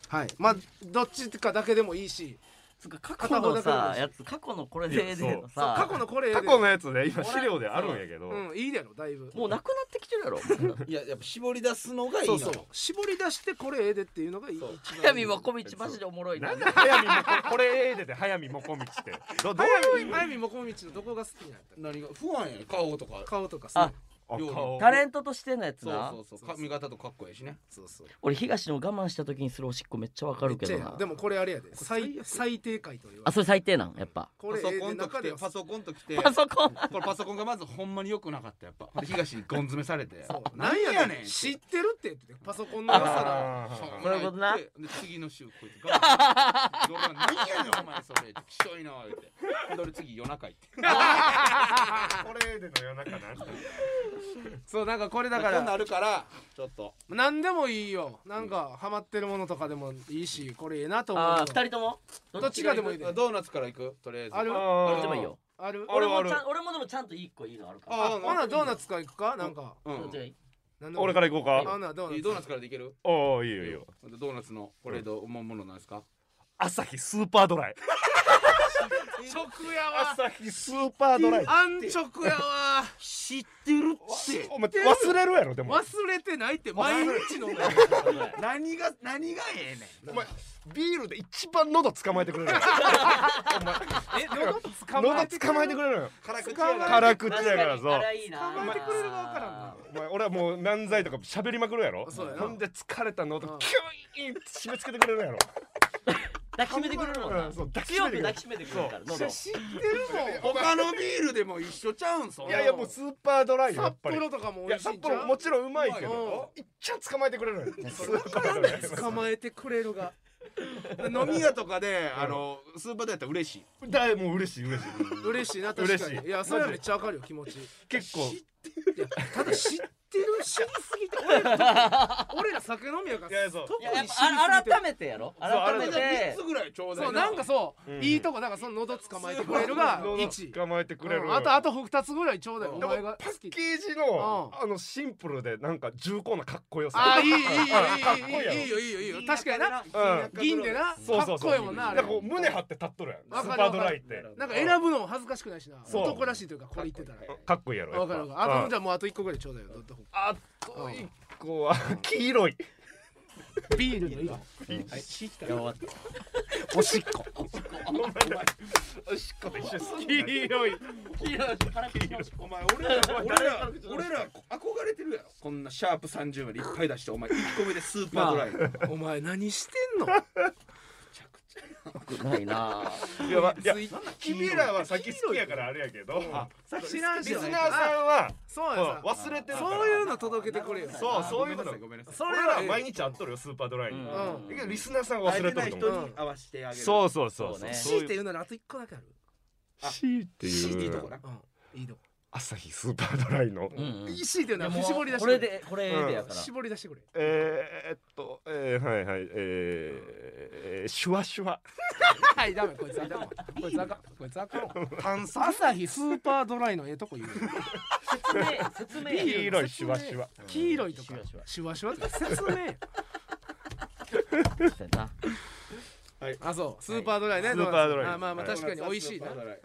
A: はいまあどっちかだけでもいいし
C: つうか過去
A: 片
C: の
A: 方だ
C: さ
A: け
C: やつ過去のこれでええでの
A: そう
C: さ
A: 過去のこれ
D: 過去のやつね今資料であるんやけど、
A: うんいいだろだいぶ
C: もうなくなってきてるやろもう
B: いややっぱ絞り出すのがいい
A: そ
B: の
A: うそう絞り出してこれええでっていうのがいい一
B: そう
A: 番
C: 早
A: いい
C: 見は小道マジでおもろいな
D: なんで早見もここれええでて早見もこみちってどどういう意味
A: 早見もこみちのどこが好きなんやったっけ
B: 何が不安やね顔とか
A: 顔とか
C: あ
A: さ
D: あ
B: 料理
D: 顔
C: タレントとしてのやつ
B: そう
C: な
B: そうそう髪型とかっこいいしね
A: そうそう
C: 俺東の我慢した時にするおしっこめっちゃわかるけど
A: めっちゃええ
C: な
A: やんでもこれあれやで最
B: 最悪
A: 最低回と言わ
C: あ
A: れる
C: それ最低なんやっぱ
A: こ
B: パ
A: れ
B: ソ
A: ええ
B: コ
A: で
B: ンと
A: 中で
B: きて
A: は
B: パソコンときて
C: パソコン
B: これパソコンがまずほんまに良くなかったやっ ぱほんで東にゴン詰めされて
A: そう
B: な
A: なんん
B: や
A: や
B: ね
A: ね
B: ん
A: ん知ってるって言っててパソコンの良さだ
D: あー
B: しょうも
C: そういうことな
B: 言ってで次の週こいつが「どこなん何やねんお前それ」って「きしょいな」言ってほんで俺次夜中行って
D: これええでの夜中なんか
A: そうなんかこれだ
B: だか
A: から
B: な
A: ら
B: るからちょっと
A: 何でもいいよなんかハマってるものとかでもいいしこれええなと思う
C: あ
A: の
C: あ二人とも
A: どっちがでもいいで
B: ドーナツから行くとりあえず
A: ある
C: ど
D: あ
C: っちでもいいよ
A: ある
D: あ
C: 俺
D: る
C: も
D: あ
C: ち
D: る
C: ゃん俺もでもちゃんと一個いいのあるから
B: あ
A: あほなドーナツから行くかなんか
B: うん
C: どっちがいい
A: 何でもいい
D: 俺から行こう
A: あほ
D: か
A: なドーナ
B: いい
A: ツ
B: ドーナツからできる
D: おおいいよいいよ
B: ほんでドーナツのこれどう思うものなんですか
D: 朝日スーパードライ
A: 直やわ
D: 朝日スーパードライ
A: 安直やわ
B: 知ってる
D: お前忘れるやろでも
A: 忘れてないって毎日飲む
B: 何が何がええねん
D: お前ビールで一番喉捕まえてくれるやろ
A: え喉捕まえ
D: 喉
A: て
D: 捕まえてくれるのよ
B: 辛口
A: やな
D: 辛口やか
C: 確
D: ら
C: に
D: そう
C: あれいいな
A: 捕まえてくれるかわからんな
D: お前俺はもう漫才とか喋りまくるやろ
A: そうやな
D: ほんで疲れた喉
A: うん
D: キュイーンって締め付けてくれるやろ
C: 抱きしめてくれるもんな
D: うんそう抱きし
C: 強
D: め
C: く抱
D: てくれる
C: きしめてくれるから喉
A: 知ってるもん
B: 他のビールでも一緒ちゃうんそん
D: い
B: な
D: やいやもうスーパードライよや
A: 札
D: っぱり
A: 幌とかも
D: い
A: 美
D: や
A: 味しいん
D: 札
A: ちゃう
D: 幌もちろんうまいけ
B: うま
A: いよ
D: どいっちゃん捕まえてくれるのよスーパードライ
A: 捕まえてくれるが
B: 飲み屋とかであのスーパーでやったら嬉しい
D: だいもう嬉しい嬉しい
A: 嬉しいな確か
D: 嬉
A: に
D: し
A: い
D: い
A: やそれはめっちゃわかるよ気持ち
D: 結構
A: いやただ知ってる 知りすぎて俺ら俺ら酒飲みやか
D: い
A: ら
D: やそう
A: 特
C: いややっ
A: に知りす
C: ぱあ
A: ぎて
C: 改めてやろ改め
D: で
B: じゃあ3
C: て
B: つぐらいちょうだい
A: そうなんかそう、
D: うん
A: いいとこだからその喉捕まえてくれるが
D: 喉
A: 1
D: 捕まえてくれる、
A: うんあとあと2つぐらいちょうだい、
D: うん
A: お前が
D: パ
A: 好
D: ッ
A: き
D: ケージの、
A: う
D: あのシンプルでなんか重厚なかっこよさ
A: ああいいいい
D: かっこいいやろ
A: いいいいいいいいよいいよいいよ確かにな
D: うん
A: 銀でな
D: そうそう
A: かっ
D: そう
A: こいいもんなあ
D: な
A: れ
D: んかこう胸張って立っとるや
A: わ
D: んス
A: かる
D: ーパードライって
A: なんか選ぶのも恥ずかしくないしな
D: そう
A: 男らしいというかこれ言ってたら
D: うんかっこいいやろや
A: わ
D: っぱ
A: かるわかるあとじ
D: う
A: ゃあ
D: ん
A: もうあと1個ぐらいちょうだいよどどこ
D: あと一個は黄色い
A: ビールの色
D: おしっこおしっこで一緒です黄色い
B: お前俺ら俺ら俺ら憧れてるやろこんなシャープ30までいっぱい出してお前1個目でスーパードライめち
A: お前何してんの
B: ゃくちゃ
C: ないな
D: いやまいや
A: ツイッター
D: 君らは先好きやからあれやけど
A: 知らん
D: リ
A: し
D: スナ
A: ない
D: ーさんは
A: そう
D: う
A: や
D: ん
A: さ
D: 忘れてるから
A: そういうの届けてくれよ
D: そうそういう
B: ごめんなさ
D: こと
B: いごめんなさい
A: それ
D: 俺
A: は
D: ら
A: ええ
D: 毎日会っとるよスーパードライに
C: うん
D: だけどリスナーさんは忘れとる
B: 会え
D: と思う
B: てない人に合わせてあげる
D: そううそうそう
C: そうね
A: 強いて言うならあと1個だけある
D: 強いて
B: シーテ
D: い
B: ィーと
D: う
B: こな
A: うんいいとこ
D: 朝日スーパードライの、
C: うんうん
A: 強いて言うなら絞り出して
C: こ
A: く
C: れ
A: れ
C: でこれでやから
A: 絞り出してくれ
D: えー、っと、えー、はいはいえー、シュワシュワ
A: はい、ダメ、こいつあかんわ。こいつあかん。こいつあかんわ。
B: 炭酸
A: 朝日スーパードライのええとこ言う。
C: 説明
A: ビー
C: 説
A: ル
D: 黄色いシュワシュワ
A: 黄色いとか
C: シュワシ
A: シュワシュ
C: ュ。ワ
A: ワって説明。
C: 明してな
A: あ、そう、スーパードライね。
D: スーパードライ
A: あまあまあ、確かに美味しいな。
B: スーパー
A: う
B: ドライ
A: ん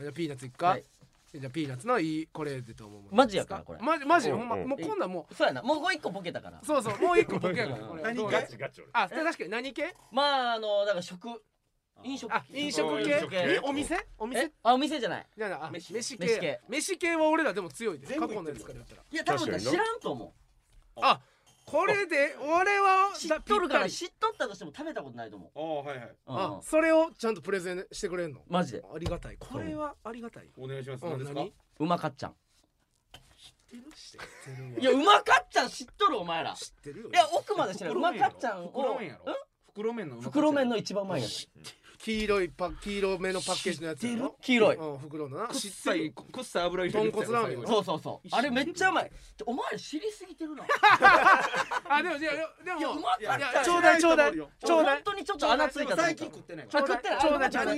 A: じゃあピーナッツいっか
C: はい。
A: じゃあピーナッツのいいこれでと思うもの。
C: マジやからこれ
A: マジマジほんま
D: うんうん
A: もうこんなんも
C: そうやなもう一個ボケたから
A: うそうそうもう一個ボケやからこれ
B: 何系
A: どうな
D: ガ
A: の
D: チガチ俺
A: あ、で確かに何系？
C: まああのだから食飲食
A: あ、飲食
D: 飲
A: 系
D: 食。系
A: え、お店？お
C: え
A: 店？
C: あお店じゃない
A: じゃあなあ
B: 飯
A: 飯
C: 飯
A: 系
C: 系。
A: 飯系は俺らでも強いで。
B: 全部
A: 過去のやつから言ったら。
C: いや多分
D: 確か
C: な
D: にな
C: 知らんと思
A: あ、これで俺は
C: う知っとるか
A: だぴった
C: ら
A: り
C: 知っとったとしても食べたことないと思
B: ああはいはいう
A: あ
C: うん
A: それをちゃんとプレゼンしてくれんの
C: マジで
A: ありがたいこれはありがたい
B: お願いします
A: うん
B: 何ですか
A: 何
C: うまかっちゃん
A: 知ってる知って
C: い
A: る
C: やうまかっちゃん知っとるお前ら
A: 知ってるよ
C: いや奥まで知らんう
B: 袋
C: ま
B: 麺
C: か
B: やろ
C: っちゃん
B: 袋
C: を
B: 麺やろ袋麺のうまかっちゃん
C: 袋麺の一番前やつ
A: 黄色いパ黄色めのパッケージのやつやろ
C: 黄色い
A: うん袋のな
B: くっ
A: 知っ
B: さ
A: てる
B: いくっさい油入れてきたよ
A: 豚骨ラーメン
B: 最後に
C: そうそうそうあれめっちゃうまいちょお前ら知りすぎてるな
A: あでもいやいやでも
C: いやうまかっ
A: い
C: ちゃん
A: やちょうだいちょうだいちょうだ
C: 本
A: い
C: 当にちょっと穴ついたと思
B: 最
C: っ
B: 近
C: た
B: 食ってない
A: ちょうだい
C: あ食ってない
A: ちょうだいちょうだ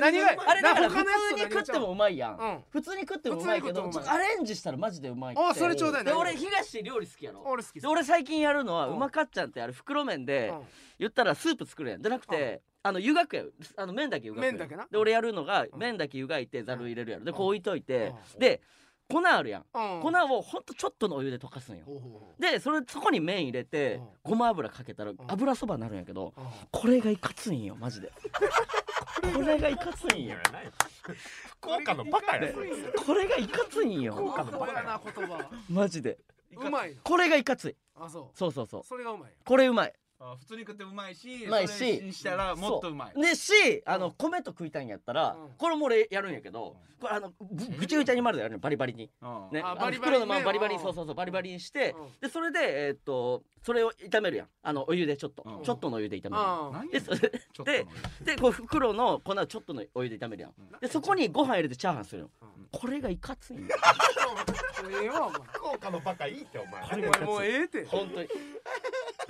B: 何
A: い何
B: が
A: がうまい
C: あれだから
A: な他のやつ
C: 普通に食ってもうまいやん、
A: うん
C: 普通に食ってもうまいけど
A: 普通に食ってもうまい
C: ちょっとアレンジしたらマジでうまいって
A: あそれちょうだい
C: で
A: 何
C: 俺東料理好きやろ
A: 俺好き
C: で俺最近やるのは
A: うん
C: うまかっちゃんってあれ袋麺で
A: うん
C: 言ったらスープ作るやんじゃなくてあの湯がくやあの麺だけ湯がくや
A: 麺
C: ん
A: だけな
C: で俺やるのが
A: うん
C: 麺だけ湯がいてざる入れるやろで
A: うん
C: こう置いといて
A: うん
C: で粉あるやん
A: うん
C: 粉をほんとちょっとのお湯で溶かすんよ
A: ほうほうほ
C: でそれそこに麺入れて
A: うん
C: ごま油かけたら
A: ん
C: 油そばになるんやけど
A: ううん
C: これがいかついんよマジでこれがいかついんよ
D: 福岡のバカや
C: これがいかついんよ
A: 高校やな言葉
C: マジで
A: うまいの
C: これがいかつい
A: あそう
C: そうそうそう
A: それがうまい
C: これうまい
E: あ普通に食ってうまいし
C: うまいし
E: それにしたらもっとうまい
C: ねしあの米と食いたいんやったら
A: うん
C: これも俺やるんやけどこれあのぐぐちゃぐちゃにまるでやるのバリバリに
E: うん
C: ね
A: あ
C: あ
A: バ
C: の
A: リバリ
C: 袋のま
A: ね
C: まバリバ
A: う
C: リ
A: ん
C: そうそうそうバリバリにして
A: うん
C: でそれでえーっとそれを炒めるやんあのお湯でちょっと
E: うん
C: ちょっとのお湯で炒めるやん
A: あ
E: 何
C: で
E: や
C: それ
E: ちょっと
C: ででこう袋の粉をちょっとのお湯で炒めるやんでそこにご飯入れてチャーハンするの
A: うん
C: これがいかついんよ
A: あええわお前
D: 福岡のバカいいってお前
A: お前もうええって
C: 本当にで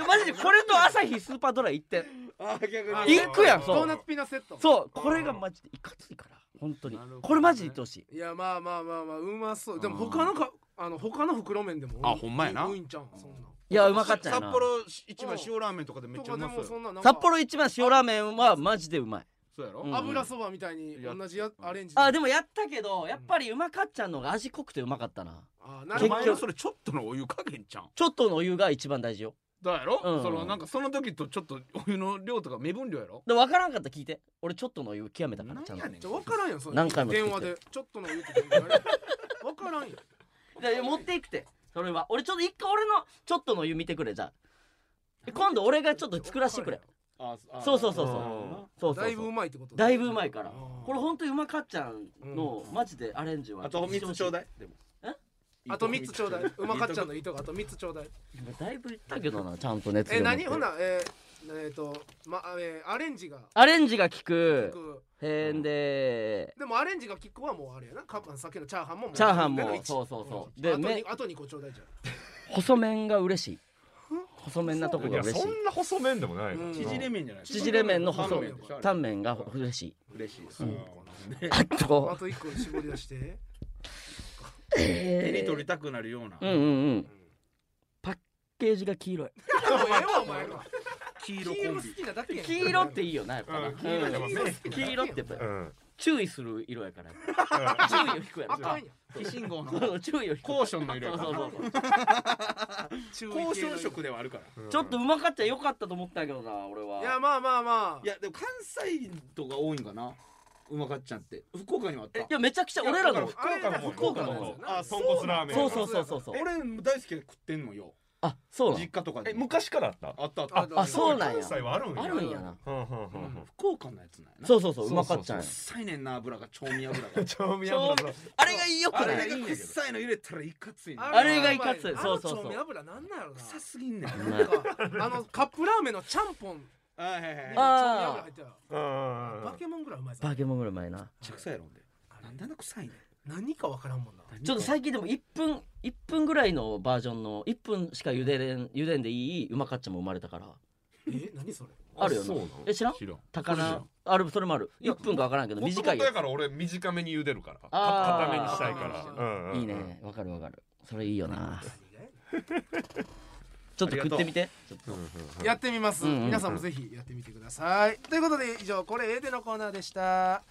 C: マジでこれと朝日スーパードライ行って
B: あ逆
A: あ
B: に
C: インクやんそう
A: ドーナツピーナッツセット
C: そうこれがマジでいかついから本当に
E: なるほどね
C: これマジで言ってほしいう
A: いやまあまあまあまあうまそうでも他のかあの他の袋麺でも
E: あほんまやな
A: うんちゃんそんない
C: やうまかったよ
E: 札
C: な
E: 幌一番塩ラーメンとかでめっ
A: と
E: ちゃう
A: か
E: ま
A: で
E: そ
A: も
E: う
A: そ
E: よ
A: んななんか
C: 札幌一番塩ラーメンはマジでうまい
E: そうやろ
C: うん
A: 油そばみたいに同じやアレンジ
C: あでもやったけどやっぱりうまかっちゃんの方が味濃くてうまかったな
A: あな
E: お
A: るほ
E: 前
A: ど
E: のそれちょっとのお湯加減ちゃうん
C: ちょっとのお湯が一番大事よ
E: だやろ、
C: うん
E: そのなんかその時とちょっとお湯の量とか目分量やろ
C: で分からんかったら聞いて俺ちょっとのお湯極めたからちゃん
E: な
C: と
E: んやねん
A: じゃ分からんやんそれ
C: 何回も作っ
A: 電
C: て
A: 話でちょっとの言うて電話やれ分からんやん
C: いや持っていくてそれは俺ちょっと一回俺のちょっとのお湯見てくれじゃあえ今度俺がちょっと作らしてくれ
B: ああ
C: そうそうそうそうそうそう
A: だいぶ
C: そう
A: うまいってこと
C: だいぶうまいから
A: あー
C: これ本当にうまかっちゃんのマジでアレンジは
B: あと三つちょうだいでも
C: え
A: あと3つちょうだい
B: とこ
A: うまかっちゃんのいいとこあと3つちょうだい
C: 今だいぶ言ったけどなちゃんと熱
A: え
C: 量持って
A: 何ほなえーえっとまえーアレンジが
C: アレンジが効
A: 効
C: く
A: く
C: へんで
A: でもアレンジが効くはもうあれやなかさっきのチャーハンももう
C: チャーハン
A: での
C: も
A: 一
C: そうそうそ
A: うん
C: うで
A: あと
C: め
A: にあと2個ちょうだいじ
C: 細麺が嬉しい細麺なとこ
D: い
C: が
D: や
C: 嬉し
D: そ
C: い
D: んな細麺でもないよ
A: うん
B: 縮れ麺じゃない
C: 縮れ麺の細
B: 縮れ麺でしょあれ
C: タンメンが嬉しい
B: 嬉しいです
C: あ
A: ゃんあ
C: と
A: と1個絞り出して
B: 手に
C: えー
B: 取りたくなるような
C: うんうんうんパッケージが黄色い
A: もうええわお前ら
B: 黄色
A: 黄
B: コ
A: 色好
B: ンビ
A: きなだけやん
C: 黄色っていいよなやっぱな
D: うん黄色でもね
C: うん黄色ってやっぱ
D: うん
C: 注意する色やからやっぱ注意を引くや
A: あ
C: ろ
A: かんやん
E: 非信号
C: そ
E: の
C: う注意を引く
E: コーションの色や
C: そう
E: か
C: そう
E: ら
C: そう
A: 注意系の
B: 高尚色ではあるから
C: ちょっとうまかったらよかったと思ったけどな俺はい
A: やまあまあまあ
B: いやでも関西とか多いんかなうまかっちゃんって福岡にもあっ
C: えい
B: た
C: やめちゃくちゃ俺ら
D: いや
C: の
D: だから福岡の方
C: 福岡の方
D: あ豚骨ラーメン
C: そうそうそうそうそう
B: 俺も大好きで食ってんのよ
C: あそうなの
B: 実家とかで
D: え昔からあった
B: あったあった
A: あ
C: あそうなんや
D: 関西はあるんや
C: あるんやな
D: うんうんうんうん
B: 福岡のやつなんやな
C: そうそうそううまかっちゃんや
B: 臭いねんな油が調味油が
D: 調味油だ
C: あれがいいよく
B: あ
C: な
B: れ
C: い
B: が臭いの入れたらいかついね
C: あれがいかつい
A: あの
C: そうそうそう
A: 調味油なんなんやろな
B: 臭すぎんねん
C: うま
A: ないんかあのカップラーメンのちゃんぽんにも
B: あはいはいは
A: 調味
B: いめっ
A: 油入ってた
D: うんうんうん
A: バケモンぐらいうまいぞ
C: バケモンぐらいうまいな
B: ちゃ臭いやろほんでなんであんな臭いねん
A: 何かわからんもんな
C: ちょっと最近でも1分1分ぐらいのバージョンの1分しか茹でれん茹でんでいいうまかっちゃんも生まれたから
A: え何それ
C: あるよ
D: そうな
C: ね
D: の
C: え知らん
E: 知らん
C: 高菜あるそれもある1分か分からんけど
D: もとも
C: 短
D: と
C: いや
D: や
C: つ
D: から俺短めに茹でるからか
C: あー
D: 固めにしたいからうんうんうん
C: いいねわかるわかるそれいいよな
A: 何がやね
C: ちょっと食ってみてちょっと
A: んやってみます
C: うんうんうん
A: 皆さんもぜひやってみてくださいということで以上これええでのコーナーでした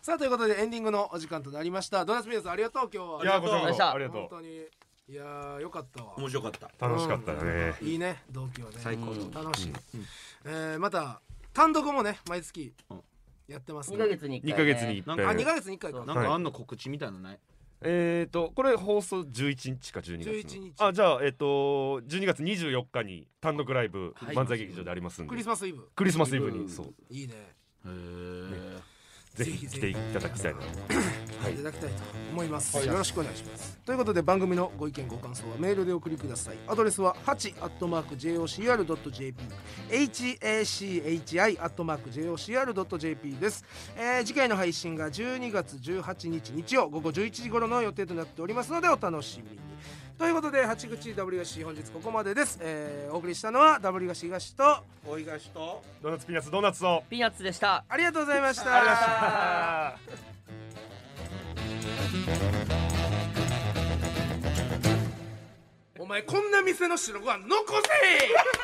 A: さあということでエンディングのお時間となりましたドーナツピーナスありがとう今日はい
D: やこちらこそありが
A: 本
D: と
A: 当にいやーよかったわ
B: 面白かった
D: う楽しかったね
A: うんいいね同期はね
B: 最高
A: 楽しい、えーまた単独もね毎月
B: うん
A: やってます
C: 2
A: ね、
C: ヶ月に1
D: 2
C: 回
D: ヶ月に一
B: なん
A: あ2
D: 遍
A: ヶ月に1回か
B: なんかあんの告知みたいなのない
D: えっとこれ放送11日か12月
A: 11
D: の
A: 日
D: あじゃあえっと12月24日に単独ライブ
B: はい
D: 漫才劇場でありますんで
A: クリスマスイブ
D: クリスマスイブにそう
A: いいね
B: へえ
D: ぜひ来ていただきたいな
A: はい、いただきたいと思います、よろしくお願いしますということで番組のご意見ご感想はメールでお送りくださいアドレスは 8-jocr.jp hachi-jocr.jp です、えー次回の配信が12月18日日曜午後11時頃の予定となっておりますのでお楽しみにということで八口ダブリガシ本日ここまでです、えーお送りしたのはダブリガシ東と
B: お東と
D: ドーナツピーナッツドーナツを
C: ピーナッツでした
A: ありがとうございましたお前こんな店の白ご飯残せ